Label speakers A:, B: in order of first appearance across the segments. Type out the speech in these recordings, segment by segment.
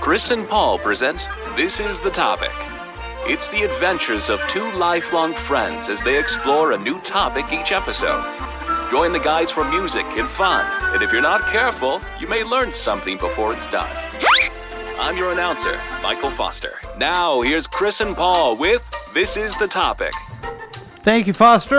A: Chris and Paul present This is the Topic. It's the adventures of two lifelong friends as they explore a new topic each episode. Join the guys for music and fun, and if you're not careful, you may learn something before it's done. I'm your announcer, Michael Foster. Now, here's Chris and Paul with This is the Topic.
B: Thank you, Foster.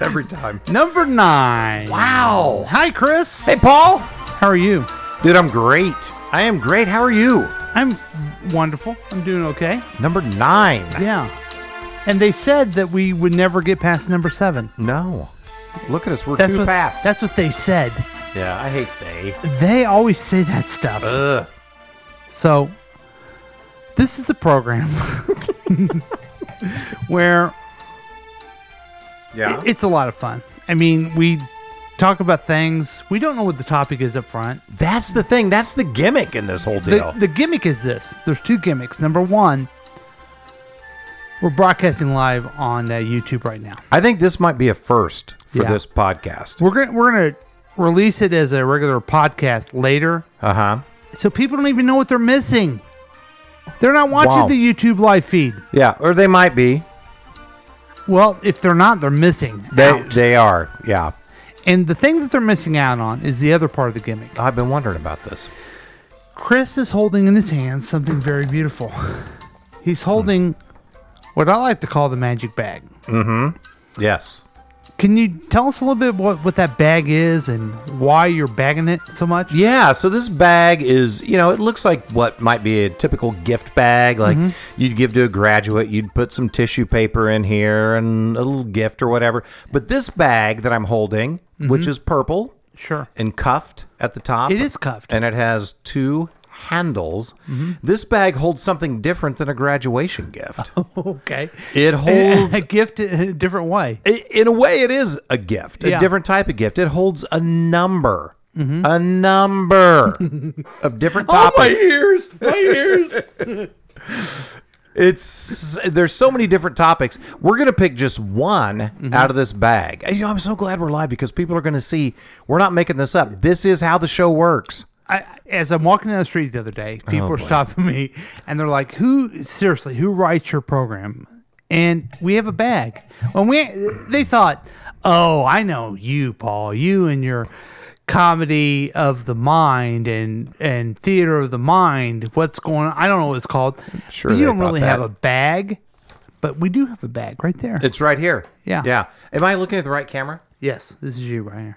C: every time.
B: Number nine.
C: Wow.
B: Hi, Chris.
C: Hey, Paul.
B: how are you?
C: Dude, I'm great. I am great. How are you?
B: I'm wonderful. I'm doing okay.
C: Number nine.
B: Yeah. And they said that we would never get past number seven.
C: No. Look at us. We're
B: That's
C: too
B: what,
C: fast.
B: That's what they said.
C: yeah, I hate they.
B: They always say that stuff.
C: Ugh.
B: So, this is the program where
C: Yeah.
B: it's a lot of fun. I mean, we talk about things. We don't know what the topic is up front.
C: that's the thing. That's the gimmick in this whole
B: The,
C: deal.
B: the gimmick is this there's two gimmicks. Number one, we're broadcasting live on uh, YouTube right now.
C: I think this might be a first for
B: Yeah.
C: this podcast.
B: We're gonna we're gonna release it as a regular podcast later,
C: Uh huh.
B: so people don't even know what they're missing. They're not watching
C: Wow.
B: the YouTube live feed.
C: Yeah, or they might be.
B: Well, if they're not, they're missing
C: They
B: out.
C: they are. Yeah.
B: And the thing that they're missing out on is the other part of the gimmick.
C: I've been wondering about this.
B: Chris is holding in his hand something very beautiful. He's holding what I like to call the magic bag.
C: Yes.
B: Can you tell us a little bit what, what that bag is and why you're bagging it so much?
C: Yeah, so this bag is, you know, it looks like what might be a typical gift bag. Like
B: Mm-hmm.
C: you'd give to a graduate, you'd put some tissue paper in here and a little gift or whatever. But this bag that I'm holding, which is purple
B: Sure.
C: and cuffed at the top,
B: Mm-hmm. It is cuffed. Mm-hmm.
C: and it has two handles. This bag holds something different than a graduation gift.
B: Oh. Okay.
C: It
B: A
C: holds
B: gift in a different way.
C: I- in a way it is a gift
B: Yeah.
C: a different type of gift it holds a number a number of
B: Oh
C: different topics
B: ears! My ears!
C: it's there's so many different topics we're gonna pick just one
B: Mm-hmm.
C: out of this bag You know, i'm so glad we're live because people are gonna see we're not making this up this is how the show works
B: I, as I'm walking down the street the other day,
C: Oh,
B: people were stopping me and they're like, "Who seriously? Who writes your program?" And we have a bag. And we they thought, "Oh, I know you, Paul. You and your comedy of the mind and and theater of the mind. What's going on? I don't know what it's called.
C: sure
B: but you
C: they
B: don't
C: thought
B: really
C: that.
B: have a bag, but we do have a bag right there.
C: it's right here
B: Yeah.
C: yeah am i looking at the right camera
B: yes, this is you right here.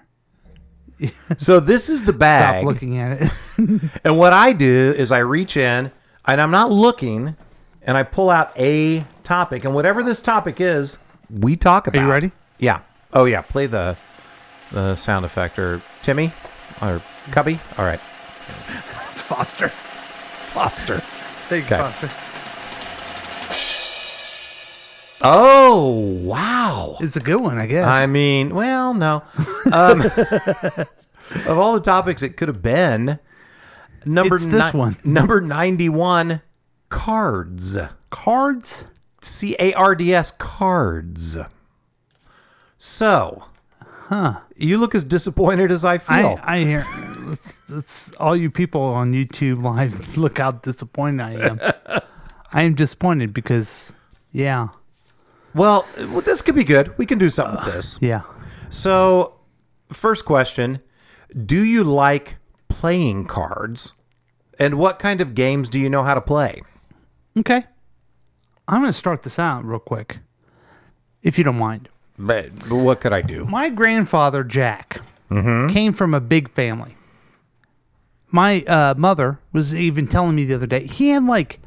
C: so this is the
B: Stop
C: bag
B: looking at it.
C: And what I do is I reach in and I'm not looking and I pull out a topic. And whatever this topic is, we talk about.
B: you ready?
C: Yeah. Oh, yeah. Play the, the sound effect or Timmy or Cubby. All right.
B: it's Foster.
C: Foster.
B: Thank you,
C: Okay.
B: Foster.
C: Oh, wow.
B: It's a good one, I guess.
C: I mean, well, no. Um, of all the topics it could have been, number
B: It's this
C: ni-
B: one.
C: number 91 cards.
B: cards.
C: C A R D S cards. So, You look as disappointed as I feel.
B: I, I hear it's, it's all you people on YouTube live. Look how disappointed I am. I am disappointed because, yeah,
C: well, well, this could be good. We can do something with this.
B: yeah.
C: So, first question Do you like playing cards? And what kind of games do you know how to play?
B: Okay, I'm gonna start this out real quick, if you don't mind.
C: But, but what could I do?
B: My grandfather Jack
C: Mm-hmm.
B: came from a big family. My uh, mother was even telling me the other day he had like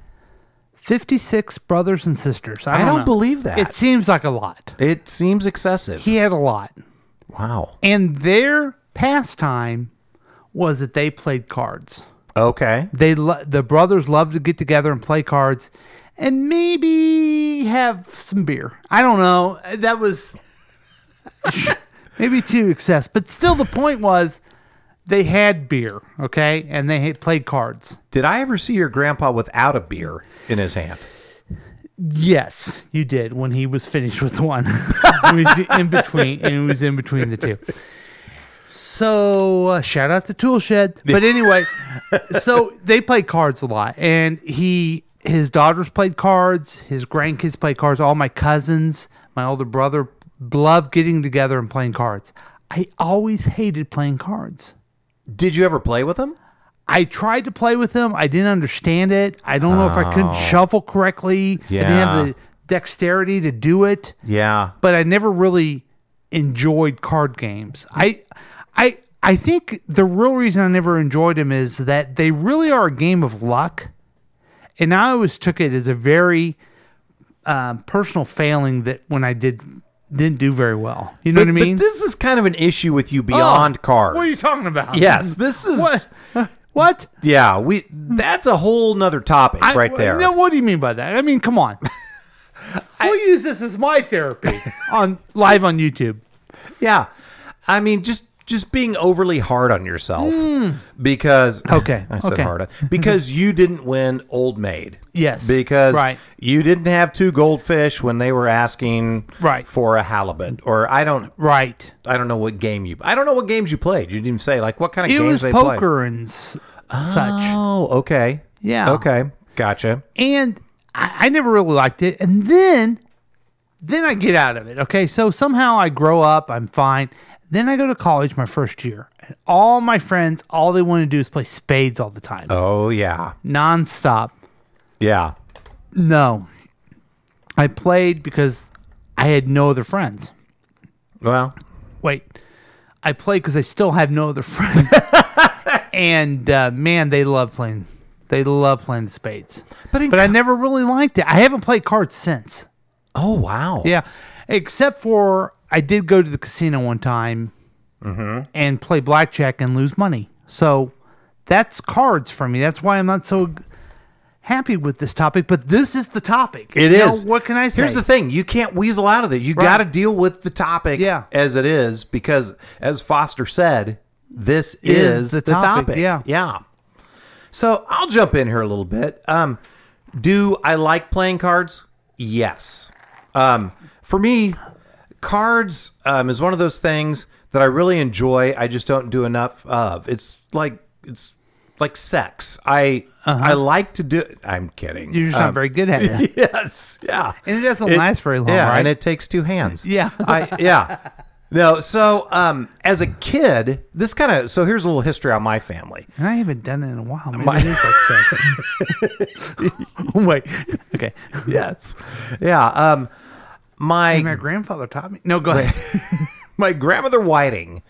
B: 56 brothers and sisters. I
C: I
B: don't,
C: don't
B: know.
C: believe that.
B: It seems like a lot.
C: It seems excessive.
B: He had a lot.
C: wow.
B: And their pastime was that they played cards.
C: Okay.
B: They lo- the brothers loved to get together and play cards, and maybe have some beer. I don't know. That was maybe too excess, but still the point was they had beer, okay, and they had played cards.
C: Did I ever see your grandpa without a beer in his hand?
B: Yes, you did when he was finished with one. It was in between, and it was in between the two. So uh, shout out to Tool Shed. But anyway, so they play cards a lot, and he his daughters played cards, his grandkids played cards. All my cousins, my older brother, loved getting together and playing cards. I always hated playing cards.
C: Did you ever play with them?
B: I tried to play with them. I didn't understand it. I don't know if I couldn't shuffle correctly. I didn't have
C: Oh. Yeah.
B: the dexterity to do it
C: Yeah.
B: but I never really enjoyed card games. I I I think the real reason I never enjoyed them is that they really are a game of luck. And I always took it as a very um, personal failing that when I did didn't do very well. You know what I mean?
C: this is kind of an issue with you beyond
B: Oh,
C: cards.
B: What are you talking about?
C: Yes, this is
B: What? What?
C: yeah. We that's a whole nother topic
B: I-
C: right there.
B: No, what do you mean by that? I mean, come on. we'll use this as my therapy on live on YouTube.
C: Yeah, I mean just just being overly hard on yourself because
B: Hmm. Okay,
C: I said
B: okay.
C: hard on because you didn't win Old Maid.
B: Yes,
C: because
B: right.
C: you didn't have two goldfish when they were asking
B: Right.
C: for a halibut or I don't
B: Right.
C: I don't know what game you I don't know what games you played. You didn't even say like what kind of
B: It
C: games
B: was
C: they played.
B: poker and s- such.
C: Oh, okay.
B: Yeah.
C: Okay. Gotcha.
B: And I, I never really liked it. And then, then I get out of it. Okay. So somehow I grow up. I'm fine. Then I go to college my first year. And all my friends, all they want to do is play spades all the time,
C: Oh yeah.
B: nonstop.
C: Yeah.
B: No. I played because I had no other friends.
C: Well,
B: Wait. I played because I still have no other friends. and uh, man, they love playing. They love playing spades.
C: but, in
B: but I never really liked it. I haven't played cards since.
C: oh wow.
B: Yeah, except for I did go to the casino one time
C: Mm-hmm.
B: and play blackjack and lose money. So that's cards for me. That's why I'm not so g- happy with this topic. But this is the topic.
C: It
B: Now,
C: is.
B: What can I say?
C: Here's the thing: you can't weasel out of it. You got to deal with the topic
B: Yeah.
C: as it is, because as Foster said, this
B: Is
C: is,
B: the
C: the,
B: topic,
C: topic.
B: yeah.
C: yeah. So I'll jump in here a little bit. Um, do I like playing cards? Yes. Um, for me, cards um, is one of those things that I really enjoy. I just don't do enough of. It's like it's like sex. I I like to do. I'm kidding.
B: Uh-huh. You're just not very good at it.
C: Yes. Yeah.
B: And it doesn't last very long,
C: Yeah,
B: right?
C: and it takes two hands.
B: Yeah.
C: I yeah. No, so um as a kid, this kind of so here's a little history on my family.
B: And I haven't done it in a while. Maybe it is like sex.
C: Oh,
B: Wait. Okay.
C: Yes. Yeah, um
B: My
C: my
B: grandfather taught me. No, go ahead.
C: my grandmother Whiting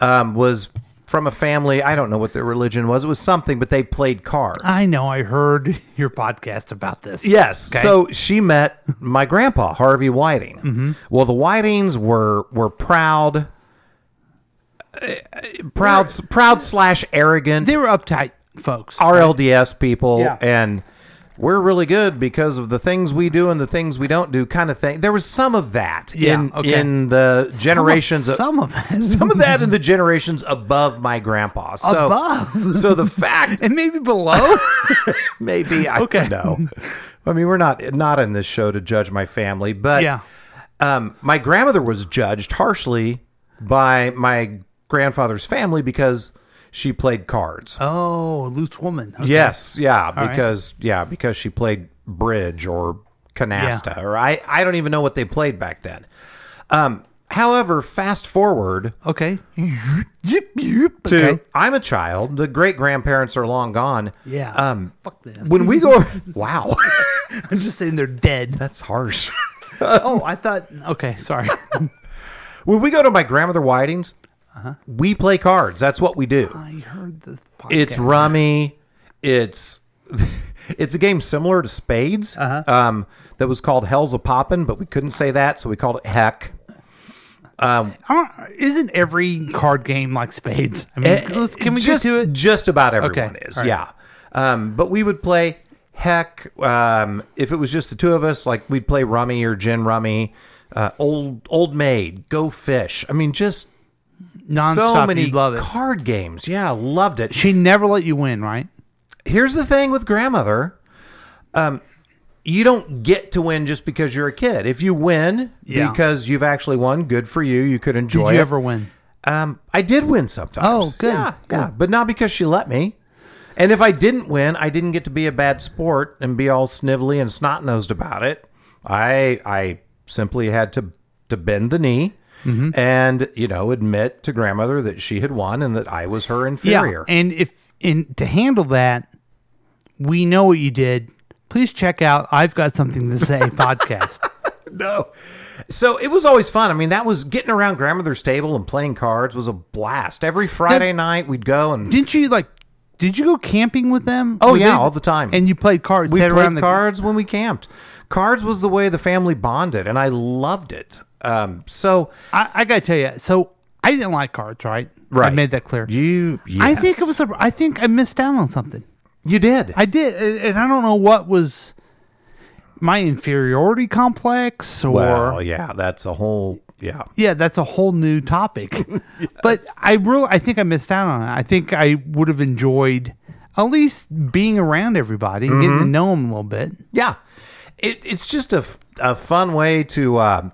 C: um was from a family, I don't know what their religion was. It was something, but they played cards.
B: I know. I heard your podcast about this.
C: Yes.
B: Okay.
C: So she met my grandpa Harvey Whiting.
B: Mm-hmm.
C: Well, the Whitings were were proud, uh, proud, proud slash arrogant
B: they were uptight folks.
C: RLDS people,
B: Yeah.
C: and we're really good because of the things we do and the things we don't do, kind of thing. There was some of that
B: Yeah,
C: in
B: okay.
C: in the generations. of-
B: Some of, some of it.
C: some of that in the generations above my grandpa. So,
B: Above?
C: so the fact
B: and maybe below.
C: maybe I
B: Okay.
C: don't know. I mean, we're not not in this show to judge my family, but
B: yeah.
C: um, my grandmother was judged harshly by my grandfather's family because she played cards.
B: Oh, loose woman. Okay.
C: Yes, yeah,
B: right.
C: because yeah, because she played bridge or canasta or I I don't even know what they played back then. Um, however, fast forward
B: Okay. Yep, yep.
C: to
B: Okay.
C: I'm a child. The great grandparents are long gone.
B: Yeah.
C: Um,
B: Fuck them.
C: when we go, wow,
B: I'm just saying they're dead.
C: that's harsh.
B: oh, I thought. Okay, sorry.
C: When we go to my grandmother Whiting's, we play cards. That's what we do.
B: Uh-huh. I heard this podcast.
C: It's rummy. It's it's a game similar to spades
B: Uh-huh.
C: um, that was called Hell's a Poppin', but we couldn't say that, so we called it Heck.
B: Aren't- Isn't every card game like spades? I mean, let's, can we
C: Eh, just,
B: get to it?
C: Just about everyone
B: Okay,
C: is,
B: all right.
C: yeah. Um, but we would play Heck um, if it was just the two of us. Like we'd play Rummy or Gin Rummy, uh, Old Old Maid, Go Fish. I mean, just
B: Nonstop.
C: so many
B: You'd love it.
C: card games. Yeah, loved it.
B: she never let you win, right?
C: here's the thing with grandmother um you don't get to win just because you're a kid if you win
B: Yeah.
C: because you've actually won good for you you could
B: Did
C: enjoy
B: you
C: it
B: ever win?
C: Um, I did win sometimes.
B: Oh, good,
C: Yeah, yeah, but not because she let me. And if I didn't win, I didn't get to be a bad sport and be all snivelly and snot nosed about it. I I simply had to to bend the knee
B: Mm-hmm.
C: and you know admit to grandmother that she had won and that I was her inferior.
B: Yeah, and if and to handle that, we know what you did. Please check out I've Got Something to Say podcast.
C: no. So it was always fun. I mean, that was getting around grandmother's table and playing cards was a blast. Every Friday night we'd go and
B: Didn't you like? Did you go camping with them?
C: Oh,
B: Were
C: yeah, all the time.
B: And you played cards.
C: we
B: sat around
C: played
B: the,
C: cards when we camped. Cards was the way the family bonded, and I loved it. Um, so
B: I, I gotta tell you, so I didn't like cards, right? I
C: Right.
B: made that clear.
C: you,
B: I think it
C: yes.
B: was. A, I think I missed out on something.
C: you did.
B: I did, and- and I don't know what was my inferiority complex or.
C: well, yeah, that's a whole yeah.
B: yeah, that's a whole new topic. But I really, I think I missed out on it. I think I would have enjoyed at least being around everybody and getting to
C: Mm-hmm.
B: know them a little bit.
C: Yeah, it, it's just a, f- a fun way to um,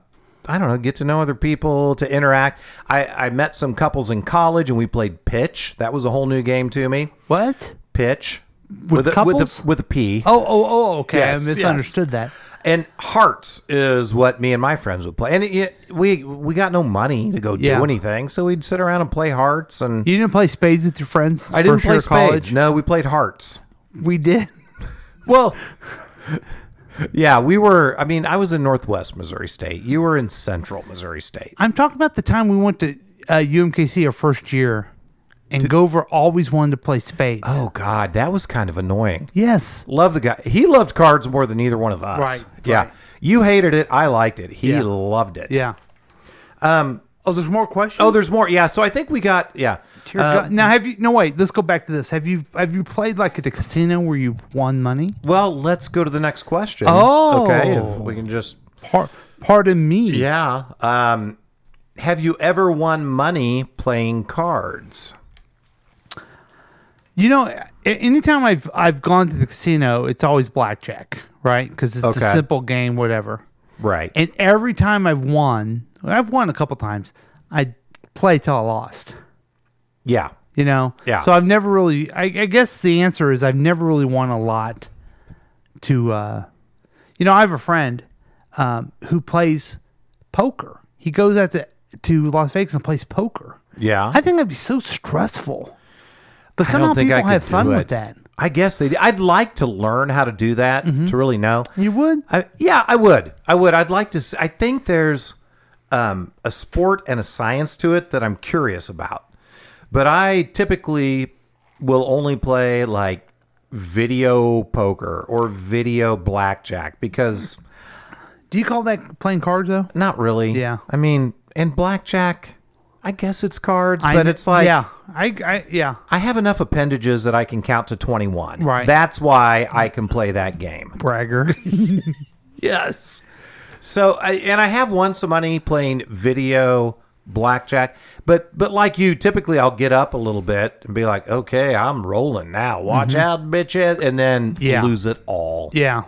C: I don't know get to know other people to interact. I, I met some couples in college and we played pitch. That was a whole new game to me.
B: What?
C: Pitch
B: With
C: a, with
B: couples?
C: a with a P.
B: Oh, oh, oh. Okay,
C: Yes,
B: I misunderstood that.
C: And hearts is what me and my friends would play. And it, it- we we got no money to go
B: Yeah.
C: do anything, so we'd sit around and play hearts. And
B: You didn't play spades with your friends.
C: I didn't
B: first
C: play
B: year of
C: spades.
B: college?
C: No, we played hearts.
B: We did.
C: Well, yeah, we were. I mean, I was in Northwest Missouri State. You were in Central Missouri State.
B: I'm talking about the time we went to uh, UMKC our first year, and Gover always wanted to play spades.
C: Oh God, that was kind of annoying.
B: yes.
C: Love the guy. He loved cards more than either one of us.
B: Right,
C: Yeah.
B: right.
C: You hated it. I liked it. He
B: Yeah.
C: loved it.
B: Yeah. Um.
C: Um,
B: Oh, there's more questions.
C: Oh, there's more. Yeah. So I think we got. Yeah.
B: Dear
C: uh,
B: God. Now, have you? No, wait. Let's go back to this. Have you? Have you played like at a casino where you've won money?
C: Well, let's go to the next question.
B: Oh.
C: Okay. If we can just.
B: Par- pardon me.
C: Yeah. Um, have you ever won money playing cards?
B: You know, a- anytime I've I've gone to the casino, it's always blackjack, right? Because it's
C: Okay.
B: a simple game, whatever.
C: Right.
B: And every time I've won, I've won a couple times. I play till I lost.
C: yeah.
B: You know.
C: Yeah.
B: So I've never really. I, I guess the answer is I've never really won a lot. To, uh, you know, I have a friend um, who plays poker. He goes out to to Las Vegas and plays poker.
C: Yeah.
B: I think that'd be so stressful. But somehow
C: don't think I
B: people
C: could
B: have fun
C: do
B: with
C: it.
B: that.
C: I guess they. I'd like to learn how to do that to really know.
B: Mm-hmm. You would?
C: I, yeah, I would. I would. I'd like to. s- I think there's um, a sport and a science to it that I'm curious about. But I typically will only play like video poker or video blackjack because
B: Do you call that playing cards though?
C: not really.
B: Yeah.
C: I mean, and blackjack, I guess it's cards, but
B: I-
C: it's like
B: yeah, I, I yeah.
C: I have enough appendages that I can count to 21.
B: Right.
C: That's why I can play that game.
B: Bragger.
C: Yes. So, I, and I have won some money playing video blackjack, but but like you, typically I'll get up a little bit and be like, "Okay, I'm rolling now. Watch out, bitches," and then
B: Mm-hmm. Yeah.
C: lose it all,
B: yeah.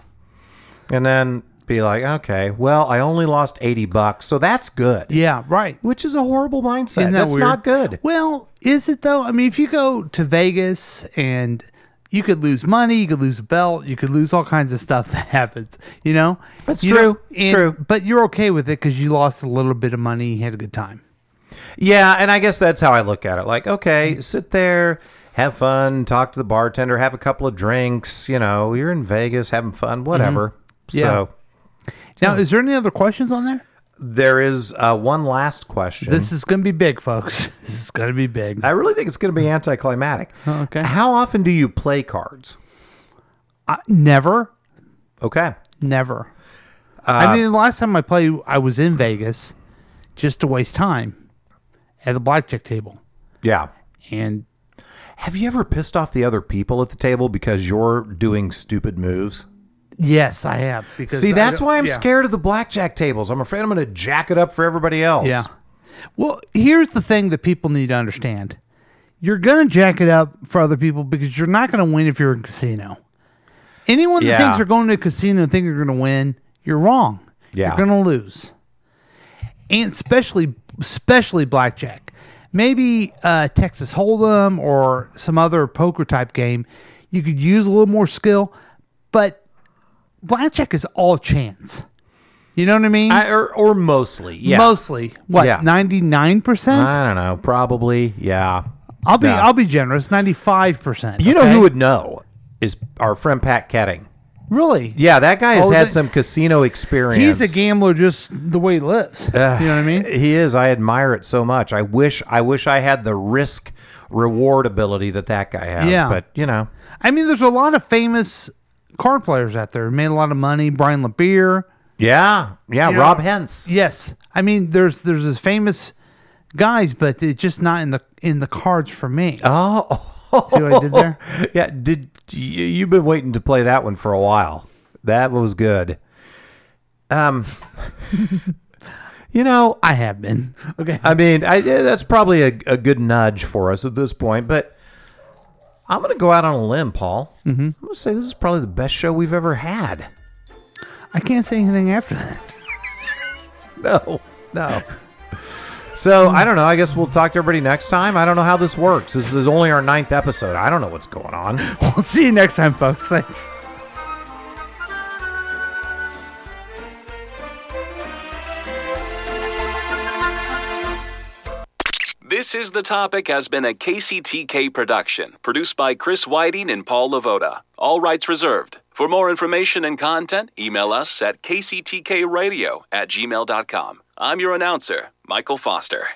C: and then be like, "Okay, well, I only lost eighty bucks, so that's good,"
B: Yeah, right.
C: which is a horrible mindset.
B: Isn't that
C: that's
B: weird?
C: not good.
B: Well, is it though? I mean, if you go to Vegas and you could lose money, you could lose a belt, you could lose all kinds of stuff that happens. You know,
C: That's
B: You
C: true.
B: know,
C: It's
B: and-
C: true.
B: But you're okay with it because you lost a little bit of money, you had a good time.
C: Yeah, and I guess that's how I look at it. Like, okay, sit there, have fun, talk to the bartender, have a couple of drinks. You know, you're in Vegas having fun, whatever. So
B: Now, is there any other questions on there?
C: there is uh, one last question.
B: This is going to be big, folks. This is going to be big.
C: I really think it's going to be anticlimactic.
B: Okay.
C: How often do you play cards?
B: I, never,
C: Okay.
B: never.
C: uh,
B: I mean, the last time I played, I was in Vegas just to waste time at the blackjack table,
C: Yeah.
B: and
C: Have you ever pissed off the other people at the table because you're doing stupid moves?
B: Yes, I have. Because
C: See,
B: I
C: that's
B: don't-
C: why I'm
B: yeah.
C: scared of the blackjack tables. I'm afraid I'm going to jack it up for everybody else.
B: Yeah. Well, here's the thing that people need to understand: you're gonna jack it up for other people because you're not gonna win if you're in a casino. Anyone that
C: Yeah.
B: thinks they're going to a casino and think you're gonna win, you're wrong.
C: Yeah.
B: You're gonna lose, and especially especially blackjack. maybe uh, Texas Hold'em or some other poker type game, you could use a little more skill. But blackjack is all chance. You know what I mean?
C: I, or, or mostly, yeah.
B: Mostly,
C: Yeah.
B: what ninety nine percent?
C: I don't know. Probably, yeah.
B: I'll be
C: yeah.
B: I'll be generous. Ninety five percent.
C: You know who would know is our friend Pat Ketting.
B: really?
C: Yeah, that guy has
B: Oh,
C: had
B: the-
C: some casino experience.
B: He's a gambler just the way he lives. you know what I mean?
C: He is. I admire it so much. I wish. I wish I had the risk reward ability that that guy has.
B: Yeah.
C: But you know,
B: I mean, there's a lot of famous card players out there who made a lot of money. Brian LeBeer.
C: yeah, yeah.
B: You
C: Rob
B: know-
C: Hens.
B: Yes, I mean, there's there's this famous guys, but it's just not in the in the cards for me.
C: Oh,
B: See what I did there?
C: yeah. Did you, you've been waiting to play that one for a while? That was good. Um, you know,
B: I have been okay.
C: I mean, I, yeah, that's probably a, a good nudge for us at this point, but I'm going to go out on a limb, Paul. Mm-hmm. I'm going to say this is probably the best show we've ever had.
B: I can't say anything after that.
C: No, no. So I don't know. I guess we'll talk to everybody next time. I don't know how this works. This is only our ninth episode. I don't know what's going on.
B: We'll see you next time, folks. Thanks.
A: This is the topic has been a KCTK production, produced by Chris Whiting and Paul Lavoda. All rights reserved. For more information and content, email us at kctkradio at gmail.com. I'm your announcer, Michael Foster.